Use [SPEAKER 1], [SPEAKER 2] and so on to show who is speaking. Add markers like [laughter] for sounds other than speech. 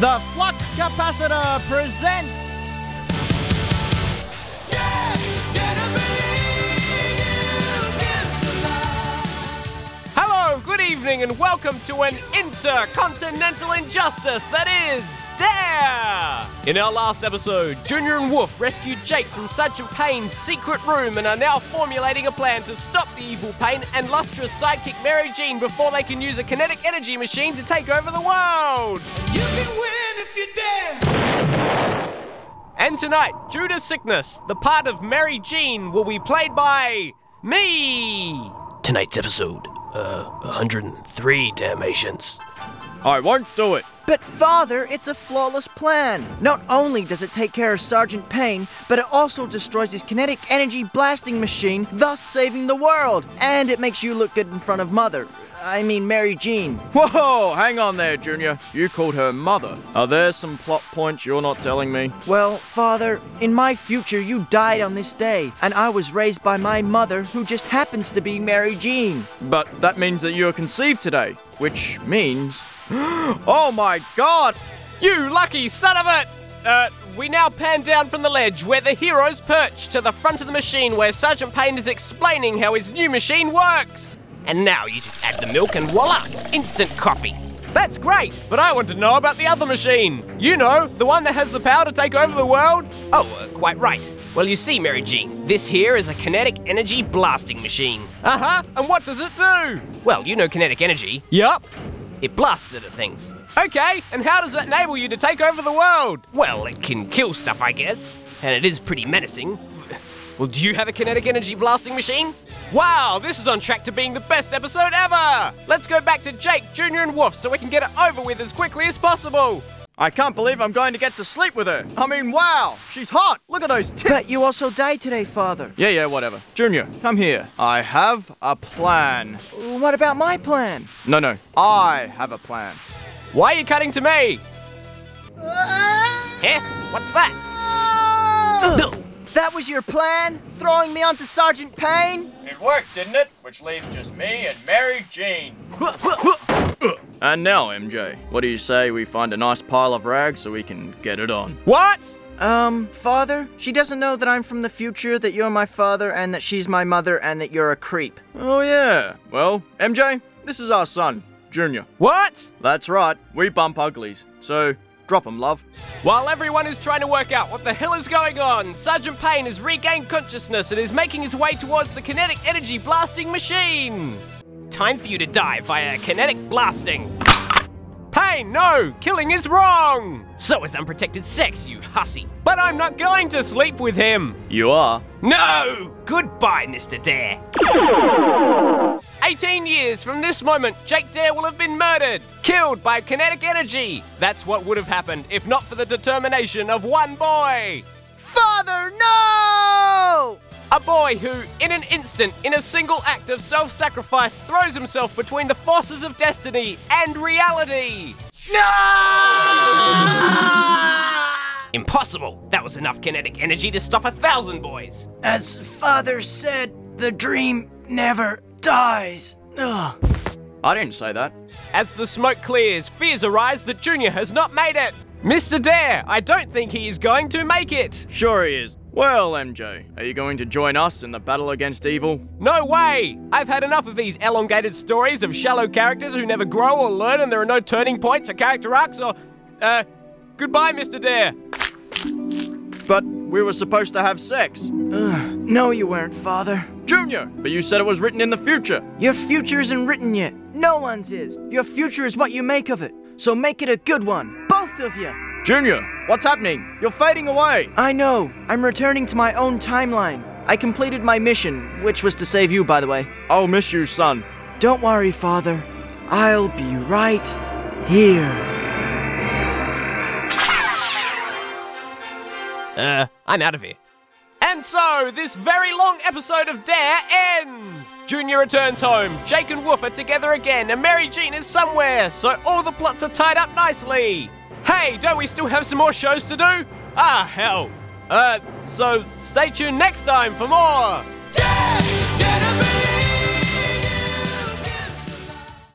[SPEAKER 1] The Flux Capacitor presents.
[SPEAKER 2] Hello, good evening, and welcome to an intercontinental injustice that is Dare! In our last episode, Junior and Wolf rescued Jake from Sergeant Payne's secret room and are now formulating a plan to stop the evil Payne and lustrous sidekick Mary Jean before they can use a kinetic energy machine to take over the world!
[SPEAKER 3] You can win if you dare.
[SPEAKER 2] And tonight, due to sickness, the part of Mary Jean will be played by me. Tonight's episode, uh, 103 Dalmatians.
[SPEAKER 1] I won't do it.
[SPEAKER 4] But, Father, it's a flawless plan. Not only does it take care of Sergeant Payne, but it also destroys his kinetic energy blasting machine, thus saving the world. And it makes you look good in front of Mother. I mean, Mary Jean.
[SPEAKER 1] Whoa, hang on there, Junior. You called her mother. Are there some plot points you're not telling me?
[SPEAKER 4] Well, Father, in my future, you died on this day, and I was raised by my mother, who just happens to be Mary Jean.
[SPEAKER 1] But that means that you were conceived today, which means. oh my god!
[SPEAKER 2] You lucky son of a! Uh, we now pan down from the ledge where the heroes perch to the front of the machine where Sergeant Payne is explaining how his new machine works. And now you just add the milk and voila, instant coffee. That's great, but I want to know about the other machine. You know, the one that has the power to take over the world? Oh, uh, quite right. Well, you see, Mary Jean, this here is a kinetic energy blasting machine. Uh huh, and what does it do? Well, you know kinetic energy. Yup. It blasts it at things. Okay, and how does that enable you to take over the world? Well, it can kill stuff, I guess. And it is pretty menacing. Well, do you have a kinetic energy blasting machine? Wow, this is on track to being the best episode ever! Let's go back to Jake, Junior, and Wolf so we can get it over with as quickly as possible!
[SPEAKER 1] I can't believe I'm going to get to sleep with her. I mean, wow, she's hot. Look at those tits.
[SPEAKER 4] But you also died today, Father.
[SPEAKER 1] Yeah, yeah, whatever. Junior, come here. I have a plan.
[SPEAKER 4] What about my plan?
[SPEAKER 1] No, no, I have
[SPEAKER 4] [gasps]
[SPEAKER 1] a plan.
[SPEAKER 2] Why are you cutting to me? Eh? What's that? No!
[SPEAKER 4] That was your plan? Throwing me onto Sergeant Payne?
[SPEAKER 1] It worked, didn't it? Which leaves just me and Mary Jean. And now, MJ, what do you say we find a nice pile of rags so we can get it on?
[SPEAKER 2] What?
[SPEAKER 4] Um, Father, she doesn't know that I'm from the future, that you're my father, and that she's my mother, and that you're a creep.
[SPEAKER 1] Oh, yeah. Well, MJ, this is our son, Junior.
[SPEAKER 2] What?
[SPEAKER 1] That's right, we bump uglies. So, drop 'em, love.
[SPEAKER 2] While everyone is trying to work out what the hell is going on, Sergeant Payne has regained consciousness and is making his way towards the kinetic energy blasting machine. Time for you to die via kinetic blasting. Payne, no! Killing is wrong! So is unprotected sex, you hussy. But I'm not going to sleep with him.
[SPEAKER 1] You are?
[SPEAKER 2] No! Goodbye, Mr. Dare. 18 years from this moment, Jake Dare will have been murdered, killed by kinetic energy. That's what would have happened if not for the determination of one boy.
[SPEAKER 4] Father, no!
[SPEAKER 2] A boy who, in an instant, in a single act of self sacrifice, throws himself between the forces of destiny and reality. Impossible! That was enough kinetic energy to stop a thousand boys.
[SPEAKER 4] As Father said, the dream never dies. Ugh.
[SPEAKER 1] I didn't say that.
[SPEAKER 2] As the smoke clears, fears arise that Junior has not made it. Mr. Dare, I don't think he is going to make it.
[SPEAKER 1] Sure he is. Well, MJ, are you going to join us in the battle against evil?
[SPEAKER 2] No way! I've had enough of these elongated stories of shallow characters who never grow or learn and there are no turning points or character arcs or. Uh, goodbye, Mr. Dare.
[SPEAKER 1] But we were supposed to have sex.
[SPEAKER 4] No, you weren't, Father.
[SPEAKER 1] Junior, but you said it was written in the future.
[SPEAKER 4] Your future isn't written yet. No one's is. Your future is what you make of it. So make it a good one, both of you.
[SPEAKER 1] Junior, what's happening? You're fading away.
[SPEAKER 4] I know. I'm returning to my own timeline. I completed my mission, which was to save you, eh? by the way.
[SPEAKER 1] I'll miss you, son.
[SPEAKER 4] Don't worry, Father. I'll be right here.
[SPEAKER 2] Uh, I'm out of here. And so, this very long episode of Dare ends! Junior returns home, Jake and Wolf are together again, and Mary Jean is somewhere, so all the plots are tied up nicely! Hey, don't we still have some more shows to do? Ah, hell! Uh, so stay tuned next time for more!